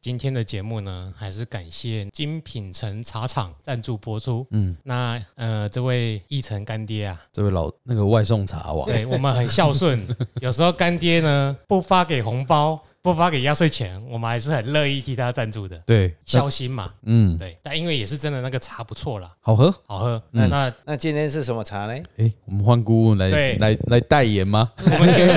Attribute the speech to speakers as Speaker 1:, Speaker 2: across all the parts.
Speaker 1: 今天的节目呢，还是感谢精品城茶厂赞助播出。嗯，那呃，这位奕晨干爹啊，
Speaker 2: 这位老那个外送茶王，
Speaker 1: 对我们很孝 顺，有时候干爹呢不发给红包，不发给压岁钱，我们还是很乐意替他赞助的，
Speaker 2: 对，
Speaker 1: 孝心嘛。
Speaker 2: 嗯，
Speaker 1: 对，但因为也是真的那个茶不错啦，
Speaker 2: 好喝。
Speaker 1: 好喝。那
Speaker 2: 嗯
Speaker 1: 那
Speaker 3: 那今天是什么茶呢？
Speaker 2: 哎，我们换顾问来
Speaker 1: 对嗯
Speaker 2: 来来代言吗？
Speaker 1: 我们先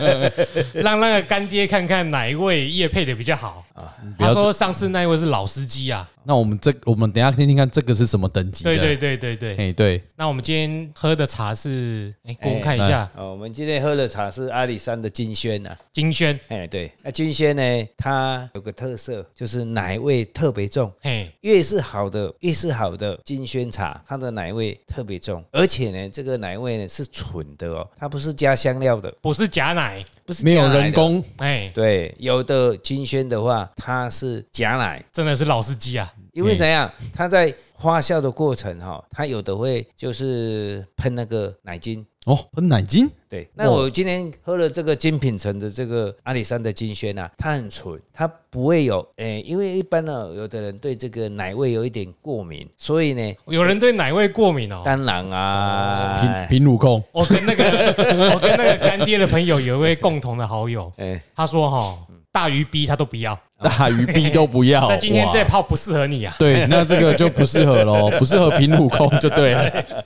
Speaker 1: 让那个干爹看看哪一位叶配的比较好。
Speaker 2: 啊不
Speaker 1: 他
Speaker 2: 要嗯
Speaker 1: 说上次那一位是老司机啊，
Speaker 2: 那我们这我们等一下听听看这个是什么等级的？
Speaker 1: 对对对对对。
Speaker 2: 哎对，
Speaker 1: 那我们今天喝的茶是，哎，给我们
Speaker 3: 哎
Speaker 1: 看一下，
Speaker 3: 哦，我们今天喝的茶是阿里山的金萱呐、啊。
Speaker 1: 金萱，
Speaker 3: 哎，对，那金萱呢，它有个特色就是奶味特别重。
Speaker 1: 嘿，
Speaker 3: 越是好的，越是好的金萱茶，它的奶味特别重，而且呢，这个奶味呢是纯的哦，它不是加香料的，
Speaker 1: 不是假奶，
Speaker 3: 不是
Speaker 2: 没有
Speaker 3: 加奶的
Speaker 2: 人。工，
Speaker 1: 哎，
Speaker 3: 对，有的金萱的话，它是假奶，
Speaker 1: 真的是老司机啊，
Speaker 3: 因为怎样，它在发酵的过程哈、它有的会就是喷那个奶精。
Speaker 2: 哦，喷奶精，
Speaker 3: 对，那我今天喝了这个精品城的这个阿里山的金萱啊，它很纯，它不会有诶、因为一般呢，有的人对这个奶味有一点过敏，所以呢，
Speaker 1: 有人对奶味过敏哦。
Speaker 3: 当然
Speaker 1: 哎
Speaker 3: 啊，
Speaker 2: 平平乳控，
Speaker 1: 我跟那个我跟那个干爹的朋友有一位共同的好友，
Speaker 3: 哎，
Speaker 1: 他说哈，大鱼逼他都不要。
Speaker 2: 大鱼逼都不要。
Speaker 1: 哦 那今天
Speaker 2: 哇
Speaker 1: 这泡不适合你啊，
Speaker 2: 对，那这个就不适合咯，不适合平乳控就对了。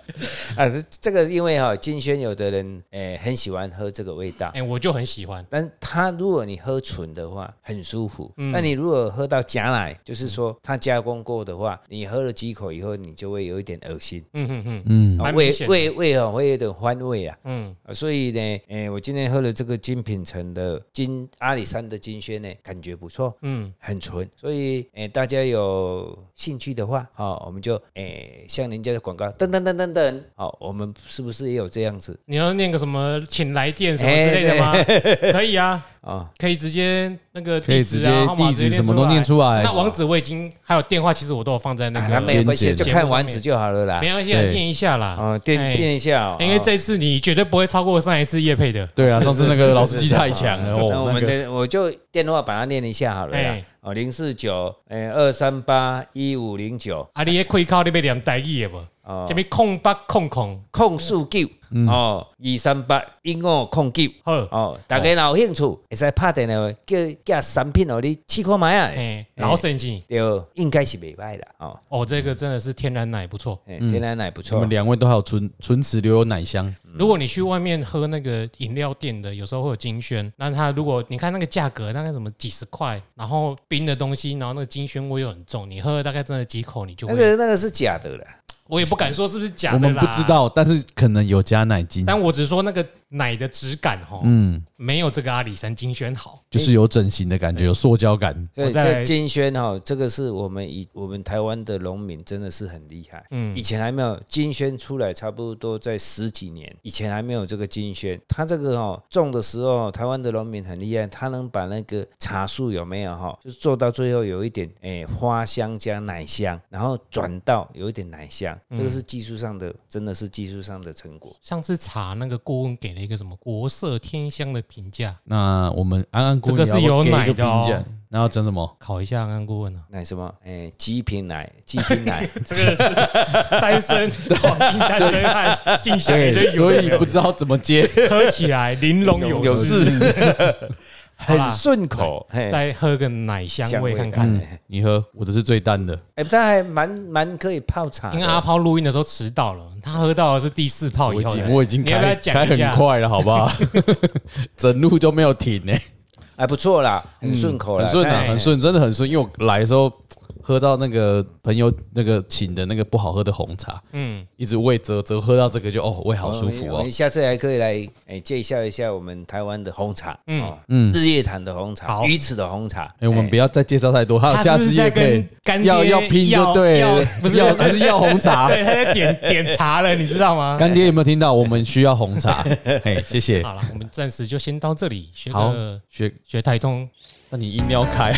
Speaker 3: 啊，这这个因为哈、金萱有的人诶、很喜欢喝这个味道。
Speaker 1: 哎，我就很喜欢。
Speaker 3: 但它如果你喝纯的话，很舒服。那、你如果喝到假奶，就是说它加工过的话，你喝了几口以后，你就会有一点恶心，
Speaker 1: 嗯嗯嗯
Speaker 2: 嗯，
Speaker 3: 啊
Speaker 1: 蛮
Speaker 3: 胃
Speaker 1: 明显的
Speaker 3: 胃胃哦会有点欢胃啊。
Speaker 1: 嗯，
Speaker 3: 啊所以呢，诶、我今天喝了这个精品城的金阿里山的金萱呢，感觉不错，
Speaker 1: 嗯，
Speaker 3: 很纯。所以，诶、大家有兴趣的话，好、我们就诶、像人家的广告，噔噔噔噔噔，好、我们是不是也有这样子
Speaker 1: 你要念个什么，请来电什么之类的
Speaker 2: 哎
Speaker 1: 吗？ 可以啊，
Speaker 3: 啊？
Speaker 1: 可以直接那个
Speaker 2: 可以
Speaker 1: 地
Speaker 2: 直
Speaker 1: 址
Speaker 2: 接
Speaker 1: 啊，号码
Speaker 2: 地
Speaker 1: 直
Speaker 2: 址
Speaker 1: 接
Speaker 2: 什么都念
Speaker 1: 出
Speaker 2: 出来。
Speaker 1: 那网址我已经还有电话，其实我都有放在那
Speaker 3: 啊，
Speaker 1: 个
Speaker 3: 那没有关系，
Speaker 2: 连结
Speaker 3: 就看丸子就好了啦
Speaker 1: 没。关系，啊，
Speaker 2: 对
Speaker 1: 念一下啦。
Speaker 3: 哦，垫
Speaker 1: 哎
Speaker 3: 垫一下哦，
Speaker 1: 因为
Speaker 3: 哦
Speaker 1: 这次你绝对不会超过上一次叶配的。
Speaker 2: 对啊，
Speaker 3: 是
Speaker 2: 上次那
Speaker 3: 是
Speaker 2: 个
Speaker 3: 是
Speaker 2: 老司机
Speaker 3: 是
Speaker 2: 太强了
Speaker 3: 那
Speaker 2: 哦
Speaker 3: 我。
Speaker 2: 那
Speaker 3: 们
Speaker 2: 个
Speaker 3: 的我就电话把它念一下好了啦
Speaker 1: 哎。
Speaker 3: 哦，零四九，哎，二三八一五零九，
Speaker 1: 啊，你也可以靠你被念台语的不？
Speaker 3: 哦
Speaker 1: 前，面空八空空
Speaker 3: 控诉九，
Speaker 2: 嗯
Speaker 3: 哦，二三八一五控九。
Speaker 1: 好，
Speaker 3: 哦，大家若有兴趣，会使拍电话叫寄产品哦，你试看卖啊。
Speaker 1: 哎，老神经
Speaker 3: 对，应该是袂歹啦。哦，
Speaker 1: 哦，这个真的是天然奶不错。
Speaker 3: 哎天然奶不
Speaker 2: 我嗯
Speaker 3: 错
Speaker 2: 们。两位都还有唇唇齿留有奶香，
Speaker 1: 如果你去外面喝那个饮料店的，有时候会有金萱，那它如果你看那个价格，大概什么几十块，然后冰的东西，然后那个金萱味又很重，你喝了大概真的几口你就
Speaker 3: 那
Speaker 1: 会，
Speaker 3: 个那个是假的啦。
Speaker 1: 我也不敢说是不是假
Speaker 2: 我
Speaker 1: 的
Speaker 2: 们
Speaker 1: 啦，
Speaker 2: 不知，道，但是可能有加奶精。
Speaker 1: 但我只说那个奶的质感哈，
Speaker 2: 嗯，
Speaker 1: 没有这个阿里山金萱好。
Speaker 2: 就是有整形的感觉，有塑胶感。
Speaker 3: 所以
Speaker 1: 我再来
Speaker 3: 这金萱哈，这个是我们以我们台湾的农民真的是很厉害。
Speaker 1: 嗯
Speaker 3: 嗯，以前还没有金萱出来，差不多在十几年以前还没有这个金萱。它这个哦种的时候，台湾的农民很厉害，他能把那个茶树有没有哈，就是做到最后有一点诶、花香加奶香，然后转到有一点奶香，
Speaker 1: 嗯
Speaker 3: 这个是技术上的，真的是技术上的成果。
Speaker 1: 上次查那个顾问给了一个什么“国色天香”的评价，
Speaker 2: 那我们安安姑
Speaker 1: 这个是有奶的哦
Speaker 2: 然后讲什么？
Speaker 1: 考一下安安顾问啊。
Speaker 3: 奶什么？诶、极品奶，极品奶，
Speaker 1: 这个是单身黄金单身汉进香也
Speaker 2: 对，
Speaker 1: 就
Speaker 2: 所
Speaker 1: 哎有
Speaker 2: 以
Speaker 1: 了
Speaker 2: 不知道怎么接。
Speaker 1: 喝起来玲珑有
Speaker 3: 有
Speaker 1: 致， 好啦
Speaker 3: 很顺口。嘿
Speaker 1: 再喝个奶香味看看。
Speaker 3: 香味
Speaker 2: 嗯，你喝，我的是最淡的。
Speaker 3: 哎、他还蛮蛮可以泡茶的，
Speaker 1: 因为阿抛录音的时候迟到了，他喝到的是第四泡
Speaker 2: 我
Speaker 1: 哦以
Speaker 2: 已
Speaker 1: 后的
Speaker 2: 经我已经
Speaker 1: 你要不要
Speaker 2: 开
Speaker 1: 讲
Speaker 2: 开
Speaker 1: 一
Speaker 2: 很
Speaker 1: 下？
Speaker 2: 快了，好 不好？整路都没有停呢，
Speaker 3: 还哎不错啦，很顺口
Speaker 2: 嗯
Speaker 3: 啦，哎
Speaker 2: 很顺
Speaker 1: 哎
Speaker 2: 啊，
Speaker 3: 但
Speaker 2: 很。顺，真的很顺。因为我来的时候喝到那个朋友那个请的那个不好喝的红茶，
Speaker 1: 嗯，
Speaker 2: 一直胃啧啧，喝到这个就哦，胃好舒服
Speaker 3: 我
Speaker 2: 哦
Speaker 3: 们。下次还可以来哎、介绍一下我们台湾的红茶，嗯
Speaker 2: 嗯
Speaker 3: 嗯，日月潭的红茶
Speaker 1: 好，
Speaker 3: 鱼池的红茶。
Speaker 2: 哎，我们不要再介绍太多，还有
Speaker 1: 他
Speaker 2: 下
Speaker 1: 是不
Speaker 2: 次
Speaker 1: 是在
Speaker 2: 也可以
Speaker 1: 跟干爹
Speaker 2: 要要拼就对
Speaker 1: 要
Speaker 2: 了
Speaker 1: 要，不是
Speaker 2: 要还是要红茶。
Speaker 1: 对，他在点点茶了，你知道吗？
Speaker 2: 干爹有没有听到？我们需要红 茶。哎，谢谢。
Speaker 1: 好了，我们暂时就先到这里，学
Speaker 2: 好
Speaker 1: 个，
Speaker 2: 学，
Speaker 1: 学台通，
Speaker 2: 那你音要开。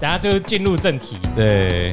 Speaker 1: 等下就进入正题。
Speaker 2: 对。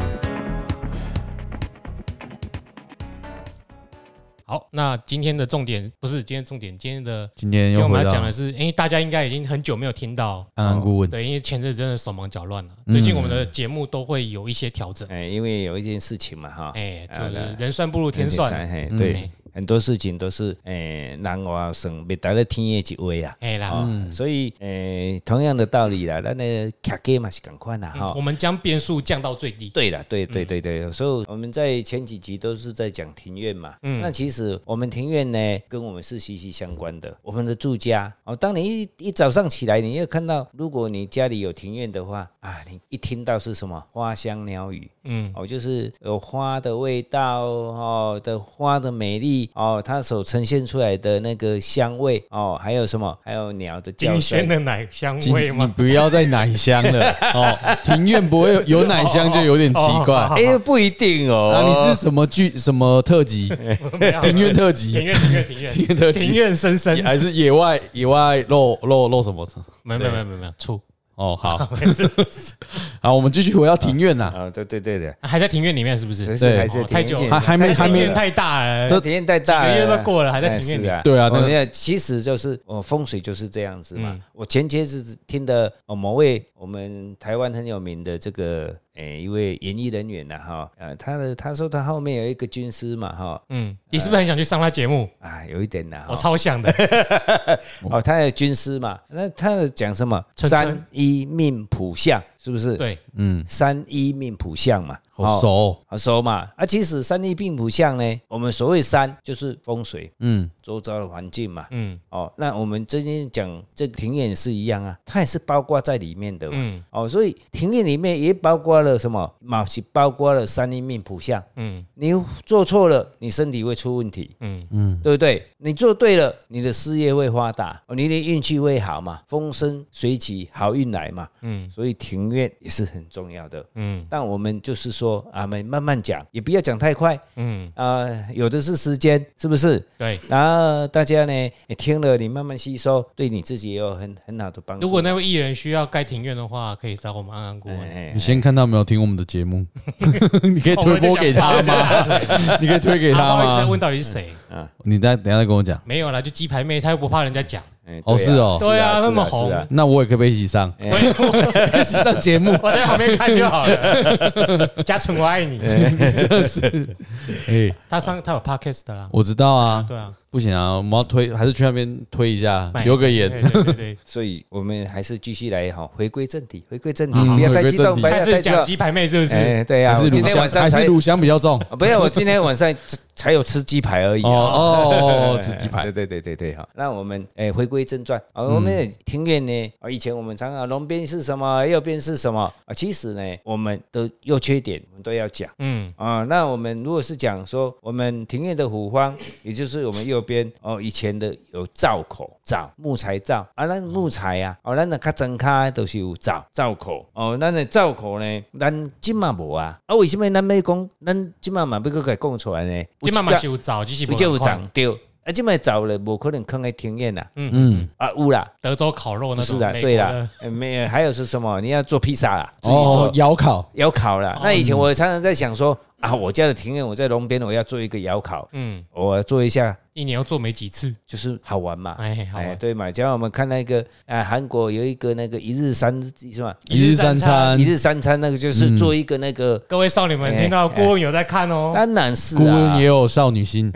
Speaker 1: 好，那今天的重点不是今天重点，今天的
Speaker 2: 今
Speaker 1: 今天
Speaker 2: 天又
Speaker 1: 我
Speaker 2: 回
Speaker 1: 们要
Speaker 2: 到
Speaker 1: 讲的哦是，因为大家应该已经很久没有听到，
Speaker 2: 安安顾问，嗯
Speaker 1: 对，因为前阵子真的手忙脚乱了，最近我们的节目都会有一些调整，
Speaker 3: 哎，因为有一件事情嘛，哈，
Speaker 1: 哎，就
Speaker 3: 啊
Speaker 1: 是人算不如天算，，
Speaker 3: 嘿，
Speaker 2: 嗯
Speaker 3: 哎对，很多事情都是诶，人话算别达了天的一位啊。
Speaker 1: 哎啦，
Speaker 2: 嗯
Speaker 3: 哦，所以诶，同样的道理啦，咱的卡给嘛是赶快啦，哈
Speaker 1: 嗯。我们将变数降到最低，
Speaker 3: 对了，对对对对，所以我们在前几集都是在讲庭院嘛。嗯，那其实我们庭院呢，跟我们是息息相关的。我们的住家哦，当你一一早上起来，你要看到，如果你家里有庭院的话啊，你一听到是什么花香鸟语，
Speaker 1: 嗯，
Speaker 3: 哦，就是有花的味道哦的花的美丽哦，它所呈现出来的那个香味哦，还有什么？还有鸟的叫
Speaker 1: 金
Speaker 3: 声
Speaker 1: 萱。的奶香
Speaker 2: 今
Speaker 1: 味
Speaker 2: 你
Speaker 1: 吗？
Speaker 2: 不要再奶香 了哦，庭院不会有有奶香就有点奇怪。
Speaker 3: 哎、不一定哦。
Speaker 2: 啊，你是什么剧什么特辑？庭 院特辑
Speaker 1: 庭院庭院庭院
Speaker 2: 庭院特辑
Speaker 1: 庭院深深，
Speaker 2: 还是野外野外露露露什么？
Speaker 1: 没有没有没有没有没有醋，
Speaker 2: 哦， 好，好，我们继续回到庭院啦。
Speaker 3: 啊、对对对的，
Speaker 1: 啊还在庭院里面是不
Speaker 3: 但
Speaker 1: 是？
Speaker 3: 是
Speaker 2: 对
Speaker 3: 还是
Speaker 1: 哦 太久
Speaker 3: 庭院
Speaker 1: 了
Speaker 2: 还还没还
Speaker 1: 庭
Speaker 2: 没
Speaker 1: 院太大了，
Speaker 3: 哎都体验太大了，
Speaker 1: 几个月都过了还在
Speaker 3: 哎
Speaker 1: 庭院里
Speaker 3: 是啊
Speaker 2: 对啊
Speaker 3: 我
Speaker 2: 那个
Speaker 3: 们要其实就是我风水就是这样子
Speaker 1: 嗯
Speaker 3: 嘛。我前些是听的哦，某位我们台湾很有名的这个诶一位演艺人员呐哈，呃，他的他说他后面有一个军师嘛哈，
Speaker 1: 嗯，你是不是很想去上他节目？
Speaker 3: 啊，有一点呐
Speaker 1: 我
Speaker 3: 哈
Speaker 1: 超想的，
Speaker 3: 哦，他的军师嘛，那他的讲什么
Speaker 1: 春春
Speaker 3: 三一命谱相是不是？，
Speaker 1: 对，
Speaker 2: 嗯，
Speaker 3: 三一命谱相嘛，
Speaker 2: 好熟哦，
Speaker 3: 好熟嘛。啊，其实三一命谱相呢，我们所谓三就是风水
Speaker 2: 嗯，
Speaker 3: 周遭的环境嘛，
Speaker 1: 嗯
Speaker 3: 哦，那我们今天讲这个庭院也是一样啊，它也是包括在里面的嘛。
Speaker 1: 嗯
Speaker 3: 哦，所以庭院里面也包括了什么？嘛是包括了三阴命谱相。
Speaker 1: 嗯
Speaker 3: 你做错了，你身体会出问题，
Speaker 1: 嗯
Speaker 3: 对不对？你做对了，你的事业会发达，哦，你的运气会好嘛，风生水起，好运来嘛。
Speaker 1: 嗯
Speaker 3: 所以庭院也是很重要的。
Speaker 1: 嗯
Speaker 3: 但我们就是说啊，我们慢慢讲，也不要讲太快
Speaker 1: 嗯，
Speaker 3: 啊、有的是时间，是不是？
Speaker 1: 对。
Speaker 3: 然后大家呢也听了，你慢慢吸收，对你自己也有很很好的帮助。
Speaker 1: 如果那位艺人需要盖庭院的话，可以找我们安安顾问。
Speaker 3: 哎
Speaker 2: 你先看到没有听我们的节目？ 你可以哎推播给他吗？
Speaker 1: 吗？
Speaker 2: 你可以 推给
Speaker 1: 好不好意
Speaker 2: 他
Speaker 1: 思
Speaker 2: 吗？
Speaker 1: 问到底是谁？
Speaker 2: 你再等一下再跟我讲。
Speaker 1: 没有啦，就鸡排妹，她又不怕人家讲。
Speaker 3: 哎
Speaker 2: 哦
Speaker 3: 对啊
Speaker 2: 是哦
Speaker 1: 对啊
Speaker 3: 是
Speaker 1: 那么
Speaker 3: 是啊
Speaker 2: 那我也可不可以一起上？一起上节目？
Speaker 1: 我在旁边看就好了。 嘉诚，我爱你。
Speaker 2: 哎，
Speaker 1: 他上他有 podcast 的啦。
Speaker 2: 我知道啊，
Speaker 1: 对啊，
Speaker 2: 不行啊，我们要推，还是去那边推一下，
Speaker 1: 卖
Speaker 2: 留个
Speaker 1: 对
Speaker 2: 言。
Speaker 1: 对对对，
Speaker 3: 所以我们还是继续来哈，回归正题，回归正题，
Speaker 2: 嗯
Speaker 3: 不要太
Speaker 2: 回归
Speaker 3: 激
Speaker 2: 正
Speaker 3: 动，
Speaker 2: 题
Speaker 3: 不要
Speaker 1: 开
Speaker 3: 太
Speaker 1: 始
Speaker 3: 激
Speaker 1: 讲
Speaker 3: 动。
Speaker 1: 鸡排妹是不是？
Speaker 3: 哎，对呀、
Speaker 2: 还
Speaker 3: 啊，
Speaker 2: 是
Speaker 3: 我今
Speaker 2: 乳
Speaker 3: 天
Speaker 2: 香，
Speaker 3: 晚
Speaker 2: 还
Speaker 3: 上才
Speaker 2: 是乳香比较重。
Speaker 3: 啊不要，我今天晚上才才有吃鸡排而已、
Speaker 2: 哦
Speaker 3: 啊。
Speaker 2: 哦，哦吃鸡
Speaker 3: 对
Speaker 2: 排。
Speaker 3: 对对对对，好，那我们诶回归正传啊，我们的庭院呢，啊，以前我们常常龙边是什么，右边是什么啊，其实呢，我们的优缺点我们都要讲。
Speaker 1: 嗯
Speaker 3: 啊、那我们如果是讲说我们庭院的虎方，也就是我们右边哦，以前的有灶口灶木材灶啊，那木材啊，哦，咱的较真卡都是有灶灶口哦，咱的灶口呢，咱今嘛无啊，啊，为什么咱要讲咱今嘛嘛要搁给讲出来呢？
Speaker 1: 今妈
Speaker 3: 有
Speaker 1: 妈
Speaker 3: 一
Speaker 1: 是有找，就是
Speaker 3: 角
Speaker 1: 不
Speaker 3: 有有
Speaker 1: 找
Speaker 3: 长对，啊，今嘛灶了，无可能放在庭院啦，
Speaker 2: 嗯，
Speaker 3: 啊，有啦，
Speaker 1: 德州烤肉
Speaker 3: 不
Speaker 1: 那
Speaker 3: 是
Speaker 1: 种。
Speaker 3: 啦，
Speaker 1: 美国
Speaker 3: 对
Speaker 1: 的
Speaker 3: 啦，，呃没有，还有是什么？你要做披萨啦，自己做
Speaker 2: 哦，窑烤。
Speaker 3: 窑烤啦。
Speaker 1: 哦
Speaker 3: 那以前我常常在想说啊，我家的庭院，我在龙边，我要做一个窑烤，
Speaker 1: 嗯，
Speaker 3: 我做一下
Speaker 1: 一年要做没几次。
Speaker 3: 就是好玩嘛。
Speaker 1: 哎，好玩。
Speaker 3: 对嘛，像我们看那个啊，韩国有一个那个一日三什么
Speaker 2: 一日三餐
Speaker 1: 嗯
Speaker 3: 一，日三餐，那个就是做一个那个，
Speaker 1: 各位少女们听到郭文有在看嗯哦，
Speaker 3: 当然是
Speaker 2: 顾问
Speaker 3: 啊
Speaker 2: 也，有少女心，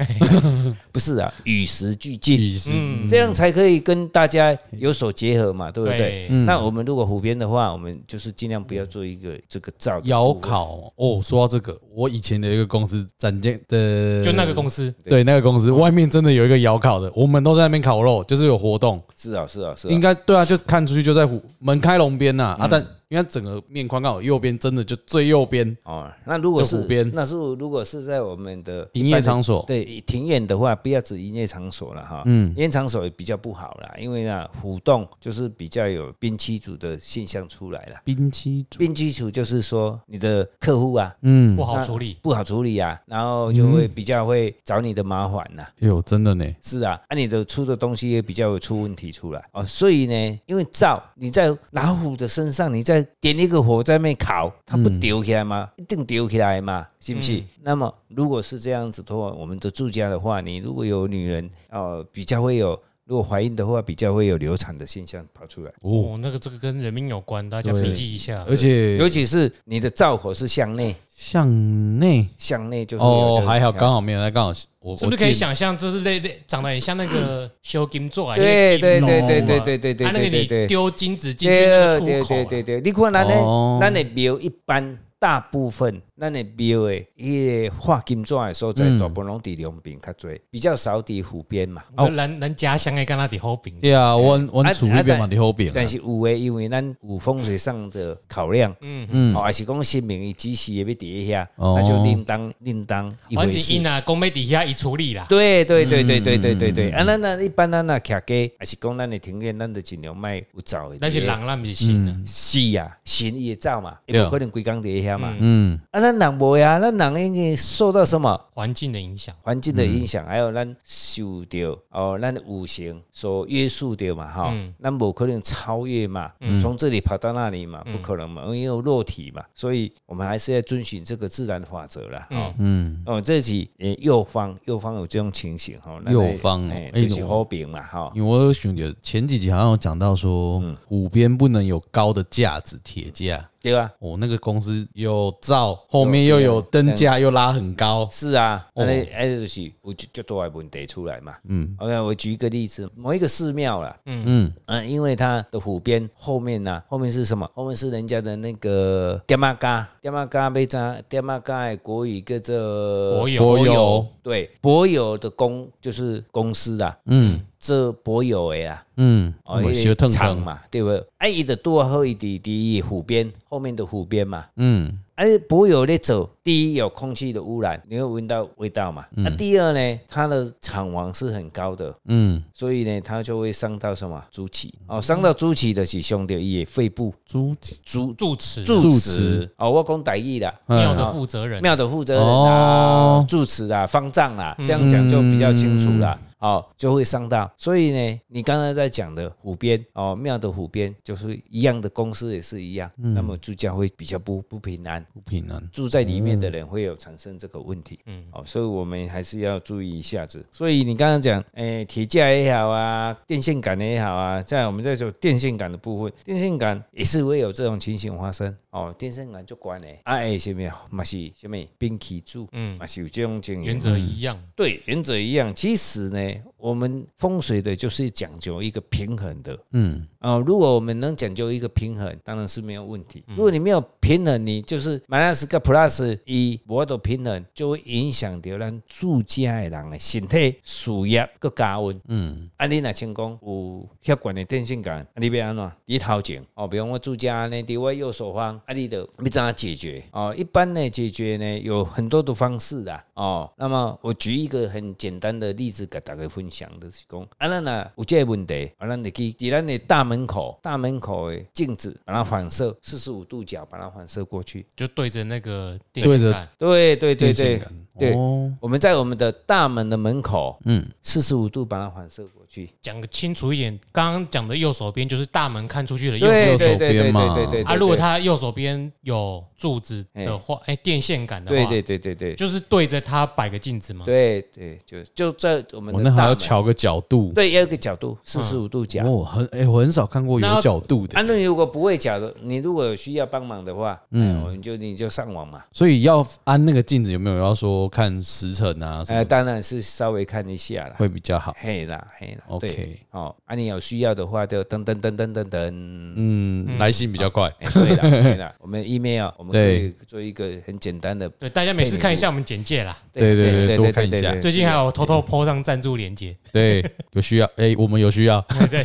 Speaker 3: 不是啊，与时俱进，
Speaker 2: 意思。
Speaker 1: 嗯
Speaker 3: 这样才可以跟大家有所结合嘛，对不对？
Speaker 1: 对，
Speaker 2: 嗯
Speaker 3: 那我们如果湖边的话，我们就是尽量不要做一个这个灶的
Speaker 2: 窑
Speaker 3: 部位，
Speaker 2: 烤哦，说到这个，我以前的一个公司展间的，
Speaker 1: 就那个公司，
Speaker 2: 对那个公司外面真的有一个窑烤的，我们都在那边烤肉，就是有活动，
Speaker 3: 是啊是啊是啊，
Speaker 2: 应该对啊，就看出去就在湖门开龙边呐啊，但因为它整个面宽刚好右边真的就最右边
Speaker 3: 哦，那如果
Speaker 2: 就是湖边
Speaker 3: 那是如果是在我们的
Speaker 2: 营
Speaker 3: 一般
Speaker 2: 业
Speaker 3: 的
Speaker 2: 场所，
Speaker 3: 对庭院的话，不要指营业场所了哈，
Speaker 2: 嗯
Speaker 3: 营业场所也比较不好啦，因为呢，虎洞就是比较有冰期组的现象出来了。
Speaker 2: 冰淇组，
Speaker 3: 冰期组就是说你的客户啊
Speaker 2: 嗯
Speaker 1: 不，好处理。
Speaker 3: 不好处理啊，然后就会比较会找你的麻烦呐、
Speaker 2: 哟，真的呢，
Speaker 3: 是啊，那、你的出的东西也比较有出问题出来哦，所以呢，因为灶你在老虎的身上，你再点一个火在那边烤，它不丢起来吗？一定丢起来嘛，是不是？
Speaker 1: 嗯
Speaker 3: 那么如果是这样子的话，我们的住家的话，你如果有女人哦、呃比较会有，如果怀孕的话，比较会有流产的现象跑出来，
Speaker 2: 哦，
Speaker 1: 哦，那个这个跟人命有关，大家
Speaker 2: 对
Speaker 1: 笔记一下。
Speaker 2: 而且
Speaker 3: 尤其是你的灶火是向内，
Speaker 2: 向内
Speaker 3: 向内就是有
Speaker 2: 哦
Speaker 3: 这，个
Speaker 2: 还好
Speaker 3: 现象
Speaker 2: 刚好没有，那刚好我
Speaker 1: 是不是可以
Speaker 2: 我进
Speaker 1: 想象，这是类类长得很像那个修金做啊？
Speaker 3: 对对对对对对对对
Speaker 1: 他那个
Speaker 3: 对对
Speaker 1: 你
Speaker 3: 对。
Speaker 1: 丢金子进去那个
Speaker 3: 对
Speaker 1: 出
Speaker 3: 对
Speaker 1: 口
Speaker 3: 对
Speaker 1: 啊，
Speaker 3: 对对，你看咱的
Speaker 2: 哦
Speaker 3: 咱的庙一般大部分咱的庙的迄个画金纸的所在，
Speaker 2: 嗯
Speaker 3: 大部分拢伫两边较多，比较少伫湖边嘛。
Speaker 1: 我们人人家乡的跟他底后饼，
Speaker 2: 对啊，我我
Speaker 3: 啊
Speaker 2: 厝那边
Speaker 3: 啊
Speaker 2: 嘛，伫后边啊。
Speaker 3: 但是有诶，因为咱有风水上的考量，
Speaker 1: 嗯，
Speaker 2: 嗯
Speaker 3: 哦，，还是讲神明伊指示也要底下，
Speaker 2: 哦
Speaker 3: 那就另当另当一
Speaker 1: 环
Speaker 3: 回
Speaker 1: 境
Speaker 3: 事
Speaker 1: 因。啊，公妹底下一处理啦。
Speaker 3: 对对对对对对对对，
Speaker 2: 嗯嗯嗯
Speaker 3: 啊，咱咱一般咱那徛街，还是讲咱的庭院，咱就尽量卖有灶的。
Speaker 1: 那是人，咱不是行的。
Speaker 3: 是啊，神伊会走嘛，伊
Speaker 2: 对
Speaker 3: 不可能规工伫遐嘛。
Speaker 2: 嗯，
Speaker 3: 啊，咱人无呀，咱人应该受到什么
Speaker 1: 环境的影响，
Speaker 3: 环境的影响，还有咱受到哦，咱的五行所约束的嘛，哈、
Speaker 1: 嗯
Speaker 3: 咱无可能超越嘛，从这里跑到那里嘛，不可能嘛，因为有肉体嘛，所以我们还是要遵循这个自然法则啦，哦。
Speaker 2: 嗯，
Speaker 3: 哦，这是呃右方，右方有这种情形哈。咱
Speaker 2: 右方哦
Speaker 3: 哎
Speaker 2: 哎
Speaker 3: 就是
Speaker 2: 我
Speaker 3: 好饼嘛哈。
Speaker 2: 因为我有想到前几集好像有讲到说，湖边不能有高的架子，铁架。
Speaker 3: 对啊吧？
Speaker 2: 哦，那个公司有罩，后面又有啊灯架，又拉很高。
Speaker 3: 是啊，
Speaker 2: 哦
Speaker 3: 那哎就是有就多的问题出来嘛。嗯，OK，我举一个例子，某一个寺庙啦，
Speaker 2: 嗯，
Speaker 3: 嗯，因为它的湖边后面呢、后面是什么？后面是人家的那个爹妈嘎，爹妈嘎被扎，爹妈嘎的国语叫做
Speaker 1: 国有
Speaker 2: 国
Speaker 1: 国
Speaker 2: 有，
Speaker 3: 对，博友的公就是公司啊，
Speaker 2: 嗯
Speaker 3: 这博友的啊，
Speaker 2: 嗯，我
Speaker 3: 那
Speaker 2: 修
Speaker 3: 个
Speaker 2: 腾
Speaker 3: 厂
Speaker 2: 腾，
Speaker 3: 嘛，对不对？哎、啊，伊的多好一滴滴湖边后面的湖边嘛，
Speaker 2: 嗯，
Speaker 3: 而柏油在走，第一有空气的污染，你会闻到味道嘛。那、第二呢，它的厂房是很高的，
Speaker 2: 嗯，
Speaker 3: 所以呢，它就会伤到什么猪脐哦，伤到猪脐的是兄弟也肺部
Speaker 2: 猪
Speaker 3: 猪
Speaker 1: 住持
Speaker 3: 住
Speaker 2: 住
Speaker 3: 持
Speaker 2: 持
Speaker 3: 哦，我讲歹意啦，
Speaker 1: 庙的负责人，
Speaker 3: 庙的负责人啊
Speaker 2: 哦，
Speaker 3: 住持啊，方丈啊，这样讲就比较清楚啦。哦，就会伤到，所以呢，你刚才在讲的湖边哦，庙的湖边就是一样的公司也是一样，那么住家会比较不不平安。
Speaker 2: 不平安。
Speaker 3: 住在里面的人会有产生这个问题，嗯，哦，所以我们还是要注意一下子。所以你刚刚讲，诶、铁架也好啊，电线杆也好啊，在我们在说电线杆的部分，电线杆也是会有这种情形发生哦。电线杆就关嘞，啊，诶，什么嘛是什么兵器柱，嗯，嘛是有这种情形。
Speaker 1: 原则一样。
Speaker 3: 对，原则一样。其实呢，我们风水的就是讲究一个平衡的。
Speaker 2: 嗯，
Speaker 3: 哦，如果我们能讲究一个平衡，当然是没有问题。如果你没有平衡，你就是 minus 个 plus 一，我的平衡就会影响到咱住家的人的身体、事业个加温。嗯，啊，你若成功有血管的电线杆，啊，你要安怎？你头前哦，比如我住家呢，伫我右手方，啊，你的要怎么解决？哦，一般呢解决呢有很多的方式啦。哦，那么我举一个很简单的例子给大家分享，就是讲，啊，咱若有这个问题，啊，咱就去伫咱的大门口，大门口的镜子把它反射四十五度角，把它反射过去。
Speaker 1: 就对着那个电
Speaker 2: 对
Speaker 1: 线
Speaker 2: 着
Speaker 1: 杆，
Speaker 3: 对对对对对，
Speaker 2: 哦，
Speaker 3: 我们在我们的大门的门口，嗯，四十五度把它反射过去。
Speaker 1: 讲个清楚一点。刚刚讲的右手边就是大门看出去的右手
Speaker 3: 对
Speaker 2: 右
Speaker 3: 对
Speaker 2: 手
Speaker 3: 对对对
Speaker 2: 边嘛
Speaker 3: 对对。
Speaker 1: 啊，如果
Speaker 3: 它
Speaker 1: 他右手边有柱子的话，哎，电线杆的
Speaker 3: 对
Speaker 1: 话，
Speaker 3: 对对对对
Speaker 1: 就是对着他摆个镜子嘛。
Speaker 3: 对对，就就在我们
Speaker 2: 我
Speaker 3: 的
Speaker 2: 那还
Speaker 3: 大
Speaker 2: 要
Speaker 3: 门
Speaker 2: 调个角度。
Speaker 3: 对，也有一个角度，
Speaker 2: 嗯
Speaker 3: 四十五度角。
Speaker 2: 哦，很哎，我很少看过
Speaker 1: 那
Speaker 2: 有角度的
Speaker 3: 安，正如果不会角的，你如果有需要帮忙的话，嗯，我们就你就上网嘛。
Speaker 2: 所以要安那个镜子有没有要说看时辰啊什
Speaker 3: 呃，
Speaker 2: 么
Speaker 3: 当然是稍微看一下啦。
Speaker 2: 会比较好？
Speaker 3: 嘿啦，嘿啦
Speaker 2: OK
Speaker 3: 对哦，啊，你有需要的话就噔噔噔噔噔噔，
Speaker 2: 嗯，来信比较快。
Speaker 3: 哎对啦，对啦， 我们 email 我们可
Speaker 2: 对
Speaker 3: 以做一个很简单的，
Speaker 1: 对，大家每次看一下我们简介啦。
Speaker 2: 对对对多看一下
Speaker 1: 最近还有偷偷 PO 上赞助连接，
Speaker 2: 对，有需要，哎、我们有需 要，
Speaker 1: 对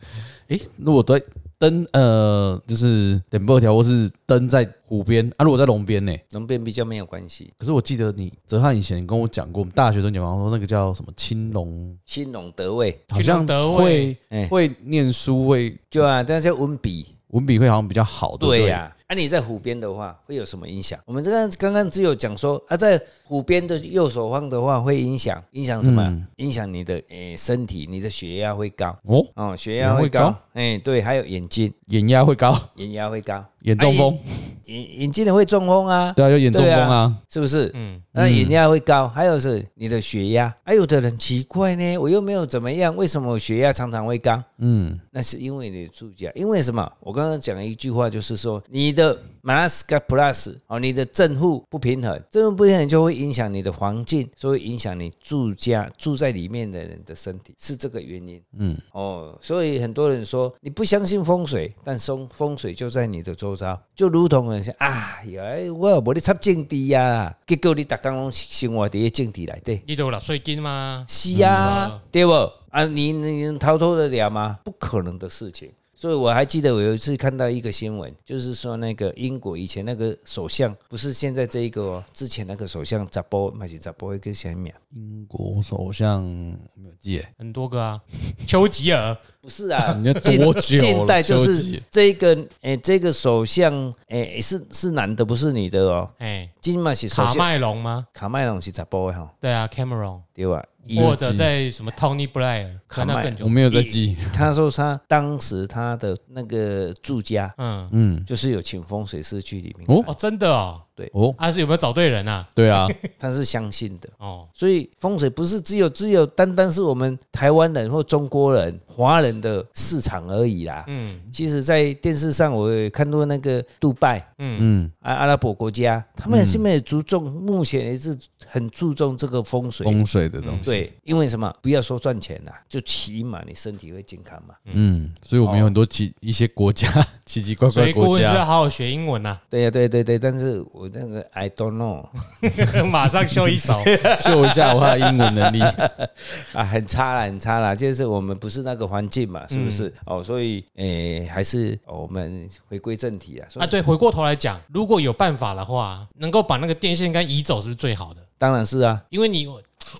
Speaker 2: 哎、如果对灯，呃，就是点播条或是灯在湖边啊，如果在龙边呢？
Speaker 3: 龙变比较没有关系，
Speaker 2: 可是我记得你泽汉以前跟我讲过，我们大学生讲过说那个叫什么青龙，
Speaker 3: 兴隆得位，
Speaker 2: 好
Speaker 1: 青龙
Speaker 2: 像
Speaker 1: 德
Speaker 2: 会
Speaker 1: 位
Speaker 3: 哎
Speaker 2: 会念书，会
Speaker 3: 就啊，但是要温笔，
Speaker 2: 文笔会好像比较好，对不
Speaker 3: 对
Speaker 2: 对？
Speaker 3: 呀、啊，你在湖边的话会有什么影响？我们这个刚刚只有讲说啊，在湖边的右手方的话会影响，影响什么？影响你的诶、身体，你的血压会高
Speaker 2: 哦，
Speaker 3: 哦，血
Speaker 2: 血压
Speaker 3: 压会
Speaker 2: 会
Speaker 3: 高
Speaker 2: 高，
Speaker 3: 哎、对，还有眼睛，
Speaker 2: 眼压会高，
Speaker 3: 眼压会高，
Speaker 2: 眼中风，
Speaker 1: 哎
Speaker 3: 饮饮进了会中风啊，
Speaker 2: 对啊，就眼中风啊，
Speaker 3: 是不是？
Speaker 1: 嗯，
Speaker 3: 那饮料会高，还有是你的血压。哎，有的人奇怪呢，我又没有怎么样，为什么我血压常常会高？
Speaker 2: 嗯，
Speaker 3: 那是因为你的住家，因为什么？我刚刚讲了一句话，就是说你的 mask plus 哦，你的正负不平衡，正负不平衡就会影响你的环境，所以影响你住家住在里面的人的身体，是这个原因。嗯，哦，所以很多人说你不相信风水，但风风水就在你的周遭，就如同人说啊，哎，我有无咧插政治呀、啊，结果你逐工拢生活伫咧政治内底。
Speaker 1: 你都有纳税金吗？
Speaker 3: 是啊，
Speaker 1: 嗯
Speaker 3: 对不？啊，你你能逃脱得了吗？不可能的事情。所以我还记得我有一次看到一个新闻，就是说那个英国以前那个首相，不是现在这一个哦，之前那个首相扎波还是扎波一个前面，
Speaker 2: 英国首相没有记耶，
Speaker 1: 很多个 啊，丘吉尔，
Speaker 3: 不是啊，
Speaker 2: 你要
Speaker 3: 近
Speaker 2: 多久了
Speaker 3: 近代就
Speaker 2: 休
Speaker 3: 是
Speaker 2: 息
Speaker 3: 这个诶、这个首相诶、是是男的，不是女的哦。
Speaker 1: 哎，
Speaker 3: 金马是首
Speaker 1: 卡
Speaker 3: 相，
Speaker 1: 麦隆吗？
Speaker 3: 卡麦隆是扎波的哈，
Speaker 1: 对啊，Cameron，
Speaker 3: 对吧？以
Speaker 1: 或者在什么 Tony Blair，
Speaker 3: 卡
Speaker 1: 可
Speaker 3: 麦
Speaker 1: 能更久
Speaker 2: 我。没有在记，
Speaker 3: 他说他当时他的那个住家
Speaker 1: 嗯，
Speaker 2: 嗯，
Speaker 3: 就是有请风水师去里面
Speaker 2: 哦
Speaker 1: 哦，真的哦，
Speaker 2: 哦，
Speaker 1: 啊是有没有找对人啊？
Speaker 2: 对啊，
Speaker 3: 他是相信的。
Speaker 1: 哦，
Speaker 3: 所以风水不是只有只有单单是我们台湾人或中国人、华人的市场而已啦。
Speaker 1: 嗯
Speaker 3: 其实，在电视上我也看到那个杜拜
Speaker 1: 嗯，
Speaker 2: 嗯，
Speaker 3: 啊，阿拉伯国家，他们现在也注重，目前也是很注重这个风水。
Speaker 2: 风水的东西，
Speaker 3: 对，因为什么？不要说赚钱啦，就起码你身体会健康嘛。
Speaker 2: 嗯，所以我们有很多奇一些国家 奇奇怪
Speaker 1: 所
Speaker 2: 怪
Speaker 1: 以
Speaker 2: 的
Speaker 1: 顾
Speaker 2: 国
Speaker 1: 问是不是要
Speaker 2: 家，
Speaker 1: 好好学英文啊，
Speaker 3: 对呀、对对对，但是我那个 I don't know
Speaker 1: 马上秀一手。
Speaker 2: 秀一下我的英文能力，
Speaker 3: 啊，很差啦，很差啦，就是我们不是那个环境嘛，是不是？
Speaker 1: 嗯
Speaker 3: 哦，所以诶、还是、哦我们回归正题啊。所以
Speaker 1: 啊，对，回过头来讲，如果有办法的话，能够把那个电线杆移走，是不是最好的？
Speaker 3: 当然是啊，
Speaker 1: 因为你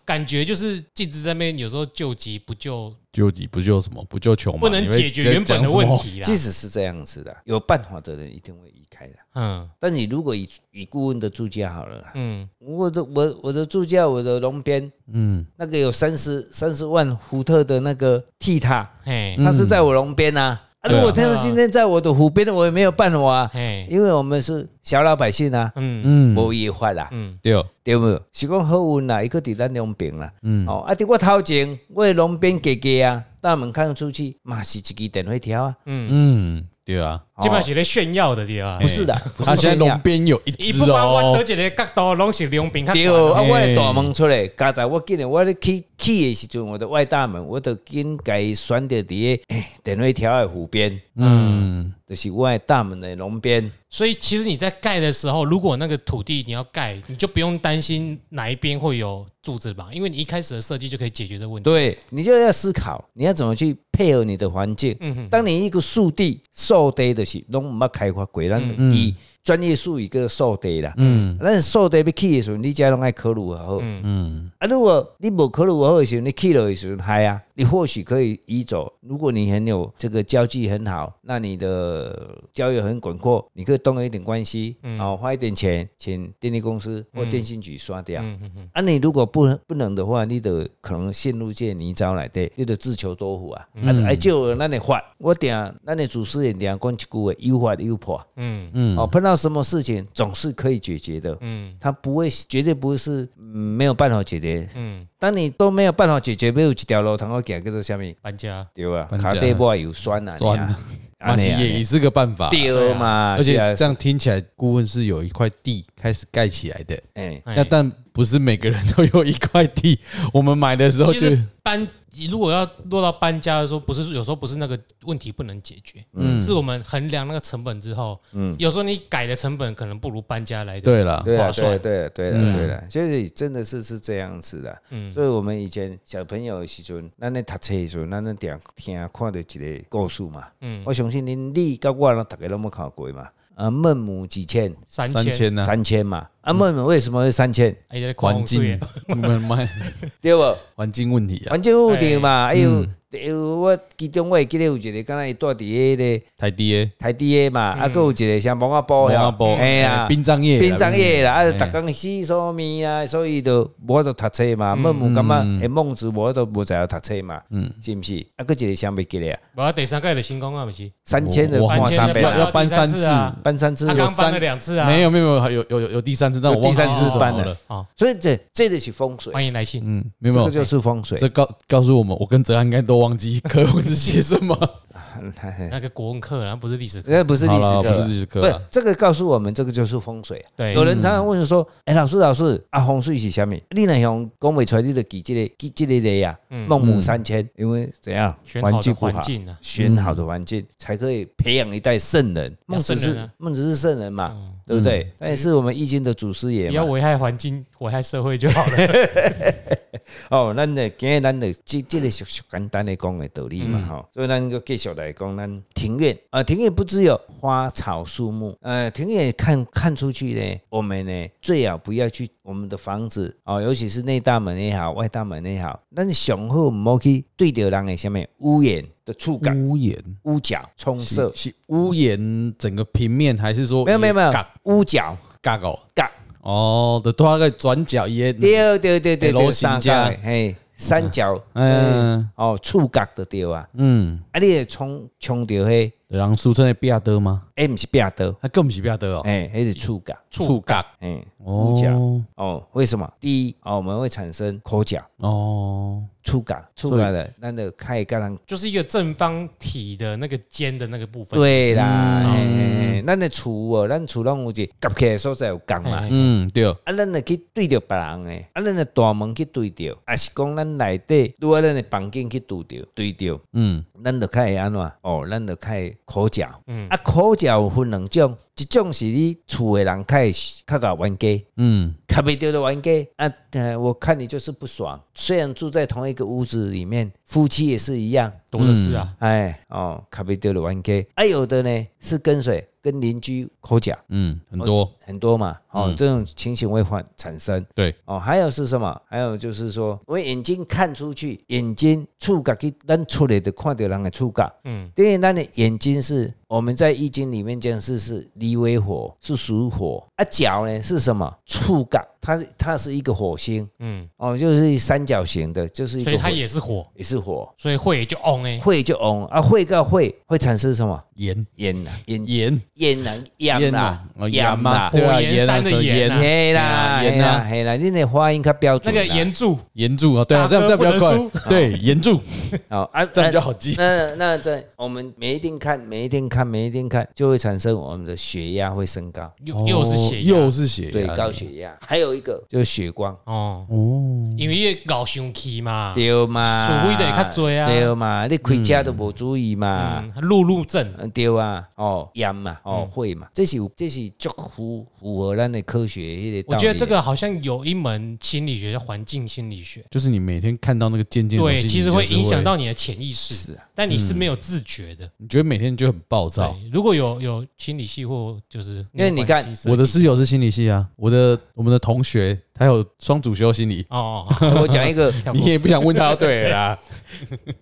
Speaker 1: 感觉就是镜子在那边，有时候救急不救，
Speaker 2: 救急不救什么，不救穷嘛，
Speaker 1: 不能
Speaker 2: 你会
Speaker 1: 解决原本的问题啦
Speaker 3: 即。使是这样子的，有办法的人一定会移开的。
Speaker 1: 嗯
Speaker 3: 但你如果以以顾问的住家好了啦，
Speaker 1: 嗯，
Speaker 3: 我的我我的住家，我的龙边，嗯，那个有三十三十万福特的那个 T 塔，
Speaker 1: 嘿
Speaker 3: 它是在我龙边啊。啊
Speaker 2: 对啊
Speaker 3: 如果他今天在我的湖边，我也没有办法啊，
Speaker 1: 嘿，
Speaker 3: 因为我们是小老百姓啊，
Speaker 1: 嗯
Speaker 2: 嗯，
Speaker 3: 无业法啦。
Speaker 1: 嗯，
Speaker 2: 对，
Speaker 3: 对无？是讲好运啦，伊个伫咱龙边啦。嗯，哦，啊，伫我头前，我的龙边家家啊，大门看出去，嘛是一支电话条啊。
Speaker 2: 嗯，对啊，
Speaker 1: 基本上是在炫耀的对吧
Speaker 3: 哦不？是的，不
Speaker 2: 他
Speaker 3: 是
Speaker 2: 现在
Speaker 3: 这
Speaker 2: 龙
Speaker 3: 样。
Speaker 2: 边有一
Speaker 1: 伊
Speaker 2: 只
Speaker 1: 不管我
Speaker 2: 哦
Speaker 1: 多，一个角度，拢是两边较
Speaker 3: 对
Speaker 1: 宽
Speaker 3: 哦，啊，
Speaker 2: 嘿
Speaker 3: 我的大门出来，加在我今日我咧起起的时阵，我的外大门，我都紧家己选择伫个哎电话条的湖边，
Speaker 2: 嗯，
Speaker 3: 就是我的大门的龙边。
Speaker 1: 所以其实你在盖的时候，如果那个土地你要盖，你就不用担心哪一边会有柱子吧，因为你一开始的设计就可以解决这个问题。
Speaker 3: 对你就要思考，你要怎么去配合你的环境。当你一个树地受地的是拢唔捌开发过，咱以专业术语叫受地啦。嗯，咱受地要起的时候，你家拢爱考虑好。嗯嗯，啊，如果你无考虑好的时候，你起落的时候嗨啊，你或许可以移走。如果你很有这个交际很好，那你的交友很广阔，你可以动用一点关系，哦，花一点钱请电力公司或电信局刷掉。
Speaker 1: 嗯嗯嗯，
Speaker 3: 啊，你如果不不能的话，你得可能陷入这个泥沼内底，你得自求多福啊！啊，哎，就咱的法，我定咱的祖师爷定讲一句话，有法有破。
Speaker 1: 嗯
Speaker 3: 嗯，哦，碰到什么事情总是可以解决的。
Speaker 1: 嗯
Speaker 3: 嗯，他不会，绝对不是、嗯没有办法解决。
Speaker 1: 嗯，
Speaker 3: 当你都没有办法解决，没有一条路通好行，叫做什么？
Speaker 1: 搬家。
Speaker 3: 对吧？
Speaker 2: 搬家
Speaker 3: 卡底波有酸啊，
Speaker 2: 算了， 马西也也是个办法，
Speaker 3: 丢嘛，
Speaker 2: 而且
Speaker 3: 是啊
Speaker 2: 这样听起来，顾问是有一块地开始盖起来的，
Speaker 3: 哎，
Speaker 1: 哎
Speaker 2: 那但不是每个人都有一块地， 我们买的时候
Speaker 1: 其
Speaker 2: 就
Speaker 1: 实搬如果要落到搬家的时候，不是有时候不是那个问题不能解决，是我们衡量那个成本之后，有时候你改的成本可能不如搬家来的
Speaker 2: 对了，
Speaker 3: 对
Speaker 1: 划
Speaker 3: 了，
Speaker 1: 算
Speaker 3: 对了，对了，对了，就是真的是是这样子的。所以我们以前小朋友的时阵，咱咧读册的时候，咱咧定听看到一个故事嘛。我相信恁你甲我，咱大家拢冇看过嘛。啊，孟母几迁，
Speaker 1: 三
Speaker 2: 三
Speaker 1: 千，
Speaker 2: 千呢，
Speaker 3: 三千嘛。啊，孟母为什么会三千？
Speaker 1: 哎呀，
Speaker 2: 环
Speaker 1: 狂
Speaker 2: 境
Speaker 1: 追，
Speaker 2: 我们买
Speaker 3: 哦对 不？哎
Speaker 2: 环境问题啊，
Speaker 3: 环境问题嘛，还有有我其中我会记得有一个，敢若伊住伫迄个
Speaker 2: 台低诶，
Speaker 3: 台底诶嘛，啊，佮有一个像蒙阿波
Speaker 2: 蒙阿波
Speaker 3: 哎呀，
Speaker 2: 殡葬业啦
Speaker 3: 殡葬业啦，啊，
Speaker 2: 哎
Speaker 3: 逐工死所物啊，所以就无法度读册
Speaker 2: 嗯
Speaker 3: 嘛，孟母感觉诶，孟子无法度无在晓读册嘛，是毋是？啊，佮一个啥袂记咧啊，
Speaker 1: 我第三届的新功啊，不是？
Speaker 3: 三千的
Speaker 2: 我
Speaker 1: 搬
Speaker 3: 换
Speaker 1: 迁
Speaker 3: 三
Speaker 1: 的
Speaker 3: 倍
Speaker 2: 要
Speaker 1: 搬
Speaker 3: 啊，
Speaker 2: 要搬
Speaker 1: 第三
Speaker 2: 哦三
Speaker 1: 次
Speaker 2: 次，
Speaker 1: 啊
Speaker 3: 搬三次
Speaker 1: 他
Speaker 2: 有
Speaker 1: 刚搬
Speaker 2: 三
Speaker 1: 了两次啊，
Speaker 2: 没有没有有有有有第三次，但我
Speaker 3: 有
Speaker 2: 忘
Speaker 3: 第
Speaker 2: 记
Speaker 3: 三次
Speaker 2: 是什
Speaker 3: 搬
Speaker 2: 么
Speaker 3: 了
Speaker 2: 了。
Speaker 1: 哦，
Speaker 3: 所以这这就是风水，
Speaker 1: 欢迎来信。
Speaker 2: 嗯，没有没有
Speaker 3: 这个，就是风水。
Speaker 2: 这告告诉我们，我跟泽安应该都忘记课文是写什 么。
Speaker 1: 那个国文课，啊然后不是历史课，
Speaker 3: 嗯那不是历史
Speaker 2: 好
Speaker 3: 课
Speaker 2: 啦哎
Speaker 3: 啊，
Speaker 2: 不是历史课
Speaker 3: 不
Speaker 2: 啊
Speaker 3: 是这个告诉我们，这个就是风水。啊
Speaker 1: 对，
Speaker 3: 有人常常问说：“哎，老师，老师，啊，风水是啥物？你若用讲袂出来，你就记这个，记这个的呀。
Speaker 2: 嗯
Speaker 3: 孟母三迁，因为怎样
Speaker 1: 选好的
Speaker 3: 不好
Speaker 1: 环，境啊，
Speaker 3: 选好的环境才可以培养一代圣人。嗯孟子
Speaker 1: 圣人
Speaker 3: 是嗯
Speaker 1: 啊
Speaker 3: 孟子是圣人嘛，对不对？那也是我们易经的祖师爷
Speaker 1: 不要
Speaker 3: 嘛。
Speaker 1: 危害环境，危害社会就好了。
Speaker 3: 哦，咱的今日咱的这这个俗俗简单的讲的道理嘛吼，所以咱个继续来讲咱庭院啊，庭院不只有花草树木，呃，庭院看看出去呢，我们呢最好不要去我们的房子哦，尤其是内大门也好，外大门也好，咱上好唔好去对着人的下面屋檐的触感、
Speaker 2: 屋檐
Speaker 3: 屋角冲
Speaker 2: 嗯是
Speaker 3: 射，
Speaker 2: 是屋檐整个平面，还是说
Speaker 3: 没有没有没有
Speaker 2: 嘎，
Speaker 3: 屋角
Speaker 2: 嘎哦
Speaker 3: 角。
Speaker 2: 哦的大概转角也
Speaker 3: 对对对对对，
Speaker 2: L 型
Speaker 3: 三角
Speaker 2: 加
Speaker 3: 的，嘿，三角，嗯，
Speaker 2: 嗯
Speaker 3: 哦，触角的对啊，
Speaker 2: 嗯，
Speaker 3: 啊，你会冲冲到迄，
Speaker 2: 然后俗称的壁刀吗？
Speaker 3: 哎，毋是壁刀，
Speaker 2: 它更不是壁刀哦，
Speaker 3: 哎，迄是触角，
Speaker 2: 触角
Speaker 3: 哎，触角，
Speaker 2: 哦
Speaker 3: 哦，为什么？第一，哦，我们会产生口角、
Speaker 2: 哦，
Speaker 3: 触角、触角的，咱就开甲人
Speaker 1: 就是一个正方体的那个尖的那个部分。
Speaker 3: 对啦，嘿嘿嘿咱的厝哦，咱厝拢有一夹起来的所在有角嘛
Speaker 1: 嘿，
Speaker 2: 嗯对，
Speaker 3: 啊，咱就去对着别人诶，啊，咱的大门去对着，啊是讲咱内底，如果咱的房间去对着，对着。
Speaker 2: 嗯
Speaker 3: 咱就较会安怎？哦，咱就较会口角。啊，口角有分两种，一种是你厝的人较会较搞冤家，
Speaker 2: 嗯
Speaker 3: 较袂着的冤家。啊，呃，我看你就是不爽。虽然住在同一个屋子里面，夫妻也是一样。
Speaker 1: 多的是啊，
Speaker 3: 哎，哦，较袂着的冤家。啊，有的呢是跟谁？跟邻居口角。
Speaker 2: 嗯，很多
Speaker 3: 很多嘛，哦，这种情形会发产生。
Speaker 2: 对，
Speaker 3: 哦，还有是什么？还有就是说，我眼睛看出去，眼睛触角去，咱出来就看到人的触角。
Speaker 1: 嗯，
Speaker 3: 因为咱的眼睛是我们在易经里面讲是是离为火，是属火。啊，角呢是什么？触角，它是它是一个火星，
Speaker 1: 嗯，
Speaker 3: 哦，就是三角形的，就是一
Speaker 1: 所
Speaker 3: 个
Speaker 1: 以
Speaker 3: 火
Speaker 1: 它也是火，
Speaker 3: 也是火。
Speaker 1: 所以会也就 on 哎，
Speaker 3: 会就嗡啊，会个会会产生什么？
Speaker 2: 盐
Speaker 3: 烟呐、啊，烟
Speaker 2: 盐
Speaker 3: 烟呐，烟
Speaker 2: 盐
Speaker 3: 啦
Speaker 2: 啊，，哦
Speaker 3: 烟
Speaker 2: 盐嘛，
Speaker 3: 啦，
Speaker 2: 对啊
Speaker 1: 火焰
Speaker 2: 盐啊
Speaker 1: 山的
Speaker 2: 什么
Speaker 1: 盐啊
Speaker 2: 盐
Speaker 3: 嘿啦，
Speaker 2: 盐
Speaker 3: 嘿
Speaker 2: 啊
Speaker 3: 啦，嘿啦，你的发音较标
Speaker 1: 那
Speaker 3: 准啦。
Speaker 1: 个岩柱
Speaker 2: 盐柱啊，对
Speaker 1: 大
Speaker 2: 啊，这样这
Speaker 1: 哥
Speaker 2: 样比较
Speaker 1: 不
Speaker 2: 快，对，盐柱
Speaker 3: 哦啊，
Speaker 2: 这样比较好记。
Speaker 3: 那那在我们每一天看，每一天看，每一天看，就会产生我们的血压会升高，
Speaker 1: 又又是血
Speaker 2: 哦
Speaker 1: 压
Speaker 2: 又是血压，
Speaker 3: 对，高血压。还有一个就是血光，
Speaker 1: 哦，
Speaker 2: 哦，
Speaker 1: 因为越搞胸气嘛，
Speaker 3: 对嘛，
Speaker 1: 所谓的会较多啊
Speaker 3: 对嘛，你开车都无注意
Speaker 2: 啊
Speaker 3: 嘛。
Speaker 1: 嗯，路路症，
Speaker 3: 嗯对啊，哦，盐嘛，哦，会嘛，这是有这是足符符合咱的科学迄个道
Speaker 1: 我
Speaker 3: 理。
Speaker 1: 觉得这个好像有一门心理学叫环境心理学，
Speaker 2: 就是你每天看到那个渐渐，
Speaker 1: 对，其实会
Speaker 2: 你就是啊
Speaker 1: 影响。到你的潜意识
Speaker 3: 是，
Speaker 1: 但你是没有自觉的。
Speaker 2: 你觉得每天就很暴躁？
Speaker 1: 对，如果有有心理系或就是
Speaker 3: 因为你看
Speaker 1: 那种关系设计
Speaker 2: 我的室友是心理系啊，我的我们的同学他有双主修 心理，
Speaker 1: 哦，哦哦
Speaker 3: 我讲 一个，
Speaker 2: 你也不想问他对了啦。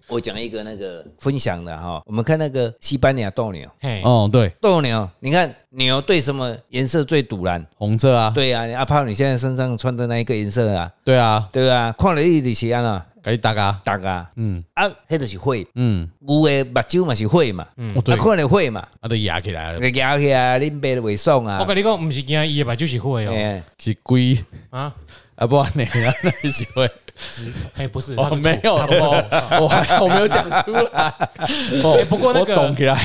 Speaker 3: 我讲一个那个分享的哈，我们看那个西班牙斗牛，
Speaker 1: 嘿，
Speaker 2: 哦，对，
Speaker 3: 斗牛，你看牛对什么颜色最堵然？
Speaker 2: 红色啊，
Speaker 3: 对啊，阿炮，你现在身上穿的那一个颜色啊，
Speaker 2: 对啊，
Speaker 3: 对啊，看了你就是安啊，
Speaker 2: 赶紧打啊，
Speaker 3: 大啊，
Speaker 2: 嗯
Speaker 3: 啊，迄就是火，
Speaker 2: 嗯，
Speaker 3: 牛的目睭嘛是火嘛，嗯，
Speaker 2: 哦
Speaker 3: 啊，
Speaker 2: 对，
Speaker 3: 看了火嘛，
Speaker 2: 他都压起 来了，
Speaker 3: 你夹起来，恁爸就袂爽啊
Speaker 1: 我，跟你讲，不是惊伊的吧，就是会哦
Speaker 3: 哎，
Speaker 2: 是龟
Speaker 1: 啊，
Speaker 2: 啊，不然你啊，那一起 会，
Speaker 1: 直哎不是，他
Speaker 2: 哦
Speaker 1: 是，
Speaker 2: 没有，
Speaker 1: 他不是
Speaker 2: 哦我还我没有讲出来， 哦
Speaker 1: 哎，不过那个嗯
Speaker 2: 我懂起来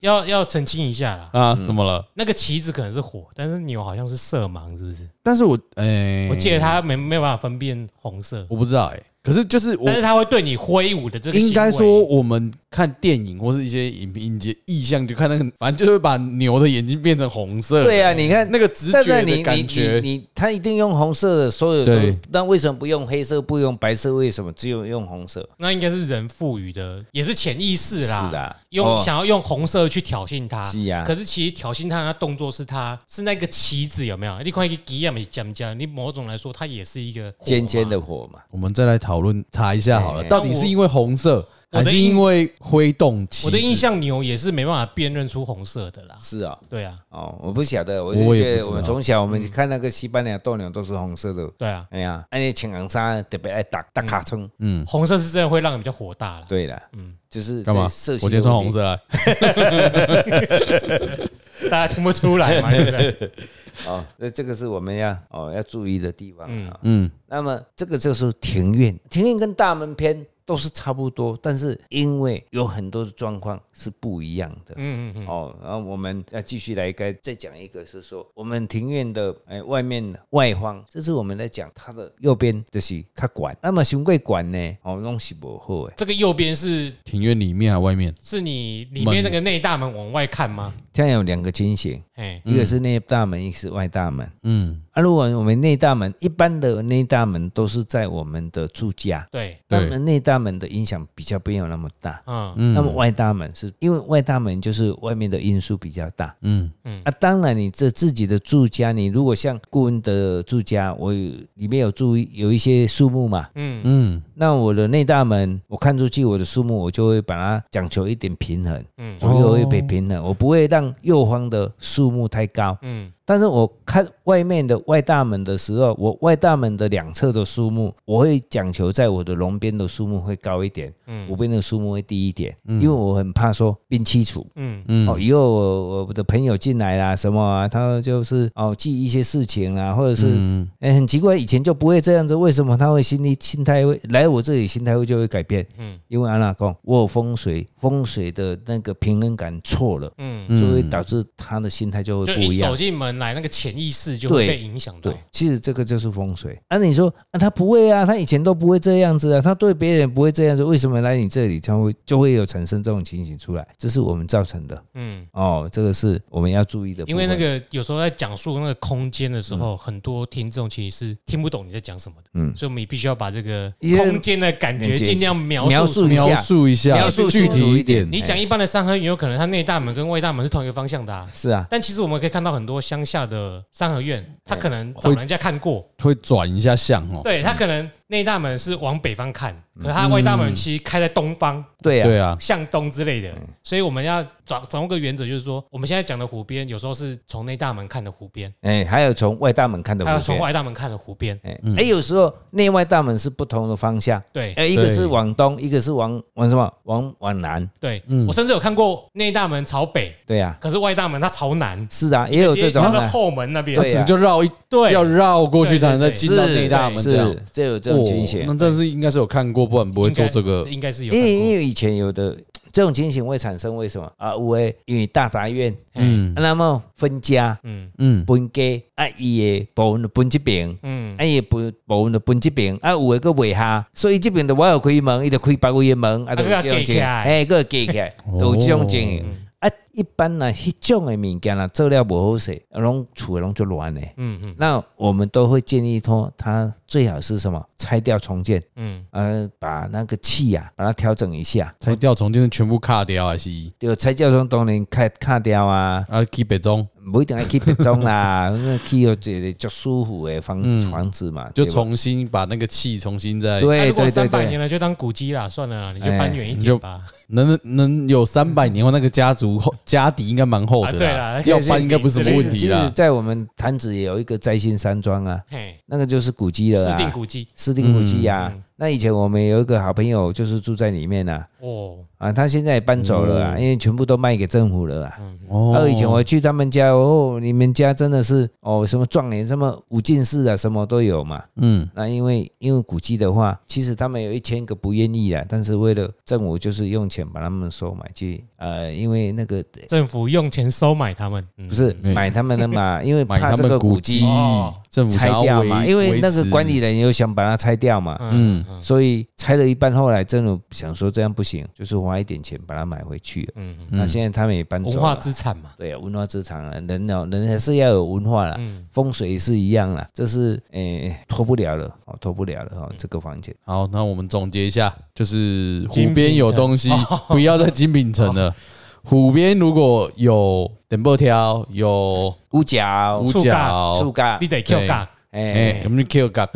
Speaker 1: 要要澄清一下啦，
Speaker 2: 啊，怎么了？
Speaker 1: 那个旗子可能是火，但是牛好像是色盲，是不是？
Speaker 2: 但是我哎，
Speaker 1: 我记得它没没有办法分辨红色，
Speaker 2: 我不知道哎，可是就是我
Speaker 1: 但是它会对你挥舞的这个行为
Speaker 2: 应该说，我们看电影或是一些影影节意象，就看那个，反正就会把牛的眼睛变成红色。
Speaker 3: 对啊，你看
Speaker 2: 那个直
Speaker 3: 但
Speaker 2: 觉
Speaker 3: 是你
Speaker 2: 的
Speaker 3: 你
Speaker 2: 感
Speaker 3: 你
Speaker 2: 觉，
Speaker 3: 你他一定用红色的，所有都
Speaker 2: 对，
Speaker 3: 那为什么不用黑色，不用白色？为什么只有用红色？
Speaker 1: 那应该是人赋予的，也是潜意识啦。
Speaker 3: 是的
Speaker 1: 用、
Speaker 3: 哦
Speaker 1: 想要用红色去挑衅他，
Speaker 3: 是啊
Speaker 1: 可是其实挑衅他的动作是他是那个棋子有没有？你看一个鸡啊，没讲讲，你某种来说，它也是一个火嘛
Speaker 3: 尖尖的。火嘛，
Speaker 2: 我们再来讨论查一下好了，
Speaker 3: 哎
Speaker 2: 到底是因为红色
Speaker 1: 我
Speaker 2: 还
Speaker 1: 的
Speaker 2: 是
Speaker 1: 印
Speaker 2: 因为挥动旗
Speaker 1: 我的印
Speaker 2: 子
Speaker 1: 象牛也是没办法辨认出红色的啦。
Speaker 3: 是啊、
Speaker 1: 对啊，
Speaker 3: 哦，我不晓得，我
Speaker 2: 我
Speaker 3: 就
Speaker 2: 也不
Speaker 3: 觉得
Speaker 2: 知
Speaker 3: 我们
Speaker 2: 道嗯
Speaker 3: 从小我们看那个西班牙斗牛都是红色的，
Speaker 1: 对啊，
Speaker 3: 哎呀，那你青红沙特别爱打打
Speaker 2: 嗯
Speaker 3: 卡通。
Speaker 1: 红色是真的会让你比较火大啦。
Speaker 3: 对了，嗯，就是
Speaker 2: 干嘛？
Speaker 3: 在
Speaker 2: 我
Speaker 3: 色系
Speaker 2: 今天
Speaker 3: 的
Speaker 2: 穿
Speaker 3: 问
Speaker 2: 红
Speaker 3: 题
Speaker 2: 色啊，
Speaker 1: 大家听不出来嘛，对不对？
Speaker 3: 哦，那这个是我们要哦要注意的地方啊。
Speaker 2: 嗯，
Speaker 3: 那么这个就是庭院，庭院跟大门篇都是差不多，但是因为有很多的状况是不一样的。
Speaker 1: 嗯嗯嗯，
Speaker 3: 哦，然后我们要继续来该再讲一个，是说我们庭院的哎外面外方，这是我们在讲它的右边就是它管，那么雄贵管呢，哦弄是不好诶，
Speaker 1: 这个右边是
Speaker 2: 庭院里面还外面？
Speaker 1: 是你里面那个内大门往外看吗？
Speaker 3: 现在有两个情形，
Speaker 1: 哎，
Speaker 3: 一个是内大门，一个是外大门。
Speaker 2: 嗯，
Speaker 3: 啊，如果我们内大门一般的内大门都是在我们的住家，
Speaker 1: 对，
Speaker 2: 对
Speaker 3: 那么内大门的影响比较没有那么大。
Speaker 1: 嗯，
Speaker 2: 嗯
Speaker 3: 那么外大门是因为外大门就是外面的因素比较大
Speaker 2: 嗯
Speaker 3: 啊。当然，你这自己的住家，你如果像顾问的住家，我有里面有住有一些树木嘛，
Speaker 2: 嗯，
Speaker 3: 那我的内大门我看出去我的树木，我就会把它讲求一点平衡，
Speaker 1: 嗯
Speaker 3: 左右会被
Speaker 2: 哦
Speaker 3: 平衡，我不会让右方的树木太高，
Speaker 1: 嗯
Speaker 3: 但是我看外面的外大门的时候，我外大门的两侧的树木，我会讲求在我的笼边的树木会高一点，
Speaker 1: 嗯
Speaker 3: 我边的树木会低一点，因为我很怕说变清楚。
Speaker 1: 嗯
Speaker 2: 嗯
Speaker 3: 哦，以后我我的朋友进来啦，什么啊，他就是哦记一些事情啦，或者是
Speaker 2: 嗯
Speaker 3: 哎、很奇怪，以前就不会这样子，为什么他会心里心态会来我这里心态会就会改变？
Speaker 1: 嗯
Speaker 3: 因为安娜讲，我有风水风水的那个平衡感错了，
Speaker 1: 嗯，
Speaker 2: 嗯
Speaker 3: 就会导致他的心态就会
Speaker 1: 就
Speaker 3: 不
Speaker 1: 一
Speaker 3: 一样
Speaker 1: 走。进门来，那个潜意识就会
Speaker 3: 对
Speaker 1: 被影响到
Speaker 3: 对。，其实这个就是风水。啊，你说啊，他不会啊，他以前都不会这样子啊，他对别人不会这样子，为什么来你这里他会就会有产生这种情形出来？这是我们造成的
Speaker 1: 嗯，
Speaker 3: 哦，这个是我们要注意的部
Speaker 1: 因
Speaker 3: 分。
Speaker 1: 为那个有时候在讲述那个空间的时候，很多听众其实是听不懂你在讲什么的，
Speaker 3: 嗯
Speaker 1: 所以我们必须要把这个
Speaker 3: 一些
Speaker 1: 空间的感觉
Speaker 3: 连接
Speaker 1: 尽量描
Speaker 3: 描
Speaker 1: 述出
Speaker 3: 述一
Speaker 1: 来。
Speaker 2: 描
Speaker 3: 下
Speaker 2: 述一下，
Speaker 1: 描述
Speaker 2: 具
Speaker 1: 清
Speaker 3: 楚
Speaker 2: 体
Speaker 3: 一点
Speaker 1: 你讲一般的三合院，有可能它内大门跟外大门是同一个方向的、啊，
Speaker 3: 是啊，
Speaker 1: 但其实我们可以看到很多乡下的三合院，它可能找
Speaker 2: 会
Speaker 1: 人家看过，
Speaker 2: 会转一下向哦。
Speaker 1: 对，它可能内大门是往北方看，
Speaker 3: 嗯
Speaker 1: 可它外大门其实开在东方，
Speaker 3: 对啊，
Speaker 2: 对啊，
Speaker 1: 向东之类
Speaker 3: 嗯
Speaker 1: 的。所以我们要掌掌握个原则，就是说，我们现在讲的湖边，有时候是从内大门看的湖边，
Speaker 3: 哎，还有从外大门看的
Speaker 1: 还有
Speaker 3: 湖
Speaker 1: 从
Speaker 3: 边，
Speaker 1: 外大门看的湖边。
Speaker 3: 哎，哎，有时候内外大门是不同的方向，
Speaker 1: 对
Speaker 3: 哎，一个
Speaker 2: 对
Speaker 3: 是往东，一个是往往什么？往往南，
Speaker 1: 对，
Speaker 2: 嗯
Speaker 1: 我甚至有看过内大门朝北，
Speaker 3: 对啊，
Speaker 1: 可是外大门它朝南，
Speaker 3: 是啊，也有这种
Speaker 1: 它的
Speaker 3: 啊，
Speaker 1: 后门那边。
Speaker 3: 对
Speaker 2: 整
Speaker 3: 啊
Speaker 2: 个就绕一，
Speaker 1: 对
Speaker 2: 要绕过去才能再进到
Speaker 3: 是
Speaker 2: 内大门这样。
Speaker 3: 是，这有这种情
Speaker 2: 哦
Speaker 3: 形。
Speaker 2: 那真是应该是有看过，不然不会
Speaker 1: 应该
Speaker 2: 做这个。
Speaker 1: 应该是有
Speaker 3: 因
Speaker 1: 看
Speaker 3: 为因
Speaker 1: 过。
Speaker 3: 为以前有的这种情形会产生，为什么啊？有诶，因为大杂院，啊
Speaker 2: 嗯
Speaker 3: 那么分家
Speaker 1: 嗯
Speaker 2: 嗯
Speaker 3: 分家，啊，伊诶部分就分这边，
Speaker 1: 嗯，
Speaker 3: 啊，伊分部分就分这边，啊，有诶个袂下，所以这边的我有开门，伊就开别位的门，啊，
Speaker 1: 啊
Speaker 3: 就有
Speaker 1: 还要隔
Speaker 3: 这种
Speaker 1: 嗯
Speaker 3: 情
Speaker 1: 起
Speaker 3: 形，
Speaker 1: 来
Speaker 3: 哎，个记起来，
Speaker 2: 哦
Speaker 3: 都有这种情形。啊，一般呢，迄种的物件啦，做了不好势，拢厝拢就乱嘞。
Speaker 1: 嗯嗯
Speaker 3: 那我们都会建议说，它最好是什么？拆掉重建，
Speaker 1: 嗯，
Speaker 3: 呃，把那个气呀、把它调整一下。
Speaker 2: 拆掉重建全部卡掉啊还是
Speaker 3: 就蔡教授当然卡卡掉啊，
Speaker 2: 啊？keep 北中
Speaker 3: 不一定要去别种啦，那去有一个较舒服的房房子嘛，
Speaker 2: 嗯就
Speaker 3: 对吧
Speaker 2: 重新把那个气重新再
Speaker 1: 那
Speaker 3: 对
Speaker 1: 啊如果
Speaker 3: 对
Speaker 1: 三
Speaker 3: 对
Speaker 1: 百年
Speaker 3: 对，
Speaker 1: 了，就当古迹啦，算了啦，你就
Speaker 3: 哎
Speaker 1: 搬远一
Speaker 2: 你就
Speaker 1: 点吧。
Speaker 2: 能能有三百年后那个家族后 家底应该蛮厚的
Speaker 1: 啊对
Speaker 2: 啦
Speaker 1: 啦，
Speaker 2: 要搬应该不是什么
Speaker 3: 其
Speaker 2: 问
Speaker 3: 实
Speaker 2: 题
Speaker 3: 其实
Speaker 2: 啦。
Speaker 3: 在我们潭子也有一个摘星山庄啊，
Speaker 1: 嘿，
Speaker 3: 那个就是古迹了
Speaker 1: 私定
Speaker 3: 啊，
Speaker 1: 古迹
Speaker 3: 私定古迹
Speaker 1: 嗯
Speaker 3: 啊
Speaker 1: 嗯。
Speaker 3: 那以前我们有一个好朋友就是住在里面啊，
Speaker 1: 哦，
Speaker 3: 啊，他现在也搬走了啊，因为全部都卖给政府了啊。
Speaker 2: 哦
Speaker 3: 还有以前我去他们家哦，你们家真的是哦，什么状元、什么五进士啊，什么都有嘛。
Speaker 2: 嗯
Speaker 3: 那因为因为古迹的话，其实他们有一千个不愿意啊，但是为了政府就是用钱把他们收买去，呃，因为那个
Speaker 1: 政府用钱收买他们，嗯
Speaker 3: 不是
Speaker 2: 嗯
Speaker 3: 买他们的嘛，因为
Speaker 2: 买
Speaker 3: 怕
Speaker 2: 他
Speaker 3: 这
Speaker 2: 们
Speaker 3: 个
Speaker 2: 古
Speaker 3: 古
Speaker 2: 迹
Speaker 3: 迹
Speaker 1: 哦，
Speaker 2: 政府
Speaker 3: 拆
Speaker 2: 想要
Speaker 3: 掉
Speaker 2: 维
Speaker 3: 嘛，因为那个管理
Speaker 2: 维持
Speaker 3: 人又想把它拆掉嘛，
Speaker 1: 嗯嗯
Speaker 3: 所以拆了一半，后来政府想说这样不行，就是花一点钱把它买回去了。
Speaker 1: 嗯，
Speaker 3: 那现在他们也搬
Speaker 1: 嗯
Speaker 3: 走
Speaker 1: 文化
Speaker 3: 了。
Speaker 1: 资产嘛，
Speaker 3: 对啊，文化资产啊，人哦，人还是要有文化啦，
Speaker 1: 嗯
Speaker 3: 风水是一样啦，这是诶脱不了了哦，脱不了了
Speaker 2: 嗯
Speaker 3: 哦，这个房间
Speaker 2: 好，那我们总结一下，就是湖边有东西，
Speaker 1: 哦
Speaker 2: 不要在金品城了。湖边如果有点波条，有
Speaker 3: 屋角
Speaker 2: 五
Speaker 1: 触
Speaker 2: 角
Speaker 1: 角，
Speaker 3: 触角
Speaker 1: 你，得 Q
Speaker 2: 对
Speaker 1: 嘎，
Speaker 2: 哎
Speaker 3: 哎，
Speaker 2: 我们就 Q 感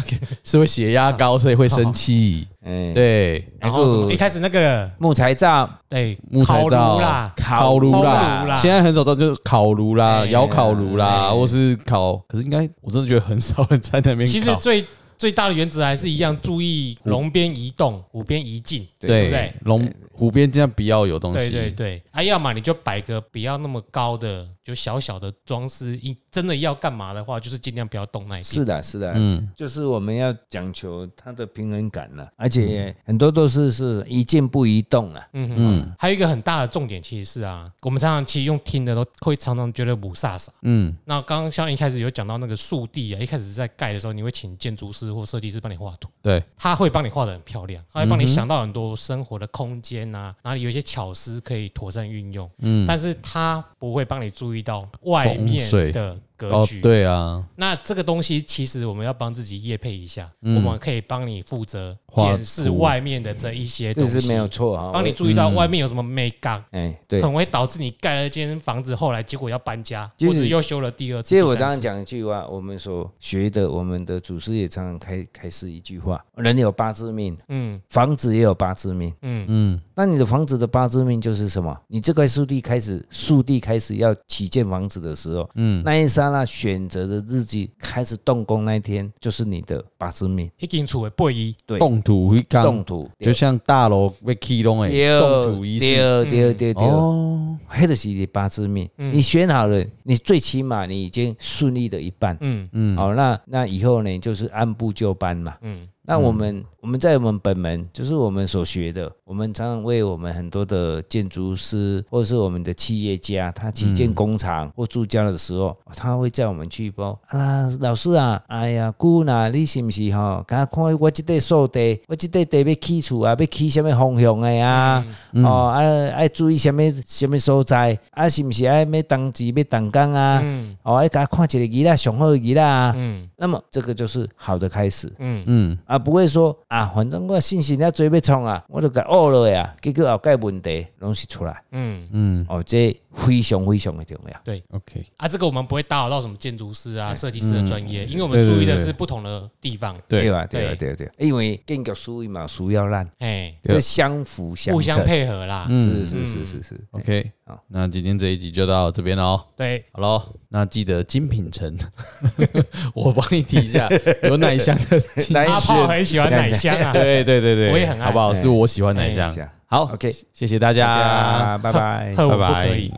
Speaker 2: 是会血压高，所以会生气。
Speaker 3: 哎，
Speaker 2: 对，
Speaker 1: 然后什么一开始那个
Speaker 3: 木材灶，
Speaker 1: 对
Speaker 2: 木材
Speaker 1: 烤
Speaker 2: 灶
Speaker 1: 炉啦，
Speaker 2: 烤炉
Speaker 1: 烤炉啦
Speaker 2: 啦，现在很少做，就是烤炉啦、
Speaker 1: 哎
Speaker 2: 窑烤炉啦，
Speaker 1: 哎
Speaker 2: 或是烤，可是应该我真的觉得很少人在那边
Speaker 1: 其实
Speaker 2: 烤。
Speaker 1: 最最大的原则还是一样，注意龙边移
Speaker 2: 嗯
Speaker 1: 动，虎边移进。对不
Speaker 2: 对
Speaker 1: 对，
Speaker 2: 龙湖边这样比较有东
Speaker 1: 对
Speaker 2: 西。
Speaker 1: 对对，啊，要么你就摆个不要那么高的，就小小的装饰。一真的要干嘛的话，就是尽量不要动那一边。
Speaker 3: 是的，是的，
Speaker 2: 嗯
Speaker 3: 就是我们要讲求它的平衡感
Speaker 1: 嗯
Speaker 3: 了，而且很多都是是一静不移动啊了。
Speaker 1: 嗯哼，
Speaker 2: 嗯
Speaker 1: 还有一个很大的重点其实是啊，我们常常其实用听的都会常常觉得五煞煞。
Speaker 2: 嗯，
Speaker 1: 那刚刚像一开始有讲到那个树地啊，一开始在盖的时候，你会请建筑师或设计师帮你画图，
Speaker 2: 对，
Speaker 1: 他会帮你画的很漂
Speaker 3: 嗯
Speaker 1: 亮，他会帮你想到很多生活的空间啊，哪里有一些巧思可以妥善运用，
Speaker 2: 嗯，
Speaker 1: 但是他不会帮你注意到外面
Speaker 2: 风水
Speaker 1: 的格
Speaker 2: 哦
Speaker 1: 局。，
Speaker 2: 对啊，
Speaker 1: 那这个东西其实我们要帮自己业配一下，
Speaker 2: 嗯
Speaker 1: 我们可以帮你负责
Speaker 2: 画
Speaker 1: 检视
Speaker 2: 图
Speaker 1: 外面的这一些
Speaker 3: 这
Speaker 1: 东
Speaker 3: 是
Speaker 1: 西，
Speaker 3: 没有错啊，
Speaker 1: 帮你
Speaker 3: 我
Speaker 1: 注意到
Speaker 2: 嗯
Speaker 1: 外面有什么美感，
Speaker 3: 哎，
Speaker 1: 可
Speaker 3: 对。
Speaker 1: 能会导致你盖了一间房子，后来结果要搬家，
Speaker 3: 其
Speaker 1: 或
Speaker 3: 实
Speaker 1: 者又修了第二次。
Speaker 3: 其实我
Speaker 1: 第三
Speaker 3: 常常
Speaker 1: 次，
Speaker 3: 讲一句话，我们所学的，我们的祖师也常常开开示一句话：人有八字命，
Speaker 1: 嗯
Speaker 3: 房子也有八字命。
Speaker 1: 嗯，
Speaker 2: 嗯，
Speaker 3: 那你的房子的八字命就是什么？你这块树地开始，树地开始要起建房子的时候，嗯，那一刹那选择的日期开始动工那一天，就是你的八字命
Speaker 1: 一进出为不一，
Speaker 3: 对
Speaker 2: 动土一
Speaker 3: 动
Speaker 2: 刚，
Speaker 3: 土，
Speaker 2: 就像大楼被 key 弄哎，
Speaker 3: 对
Speaker 2: 动土仪式。嗯
Speaker 3: 对对对对，
Speaker 2: 哦，
Speaker 3: 黑的是你的八字命，
Speaker 1: 嗯
Speaker 3: 你选好了，你最起码你已经顺利的一半。
Speaker 1: 嗯
Speaker 2: 嗯，
Speaker 3: 好，那那以后呢，就是按部就班嘛。
Speaker 1: 嗯
Speaker 3: 那我们、我们在我们本门，就是我们所学的，我们常常为我们很多的建筑师或者是我们的企业家，他起建工
Speaker 1: 嗯
Speaker 3: 厂或住家的时候，他会叫我们去包啊，老师啊，哎呀，姑呐，你是不是吼、敢看我这块土地，我这块地要起厝啊，要起什么方向的啊？
Speaker 1: 嗯
Speaker 3: 哦，啊，爱注意什么什么所在啊？是不是爱要当机要动工啊？
Speaker 1: 嗯
Speaker 3: 哦，爱给他看一个鱼啦，上好的鱼啦啊。
Speaker 1: 嗯
Speaker 3: 那么这个就是好的开始。
Speaker 1: 嗯
Speaker 2: 嗯，
Speaker 3: 啊，不会说啊，反正我信息要做要创啊，我都甲学落呀，结果后盖问题拢是出来，
Speaker 1: 嗯，
Speaker 2: 嗯
Speaker 3: 哦，这非常非常的重要。
Speaker 2: ，OK，
Speaker 1: 啊，这个我们不会打扰到什么建筑师啊、
Speaker 2: 嗯
Speaker 1: 设计师的专业，因为我们
Speaker 2: 对对
Speaker 1: 注意的
Speaker 2: 对
Speaker 1: 是不同的地方，
Speaker 2: 对，
Speaker 3: 吧？对吧？对吧对吧，因为建筑输赢嘛，输要烂，
Speaker 1: 哎，
Speaker 2: 对
Speaker 3: 这相辅相
Speaker 1: 互
Speaker 3: 成，
Speaker 1: 相配合啦。
Speaker 3: 是
Speaker 2: 嗯
Speaker 3: 是是是是。
Speaker 2: ，OK，
Speaker 3: 好
Speaker 2: 那今天这一集就到这边了哦。
Speaker 1: 对，
Speaker 2: 好喽，那记得精品城， 我帮你提一 下，有奶香的精
Speaker 3: 来
Speaker 1: 阿炮很喜欢奶香啊，
Speaker 2: 对对对对，
Speaker 1: 我也很爱哎
Speaker 2: 好不好？是我喜欢奶
Speaker 3: 等
Speaker 2: 香
Speaker 3: 一。下，
Speaker 2: 好
Speaker 3: OK
Speaker 2: 谢谢大
Speaker 3: 大
Speaker 2: 家。
Speaker 3: 家 拜拜。
Speaker 1: 恨我不
Speaker 2: 拜拜
Speaker 1: 可以。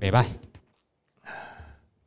Speaker 1: 美拜。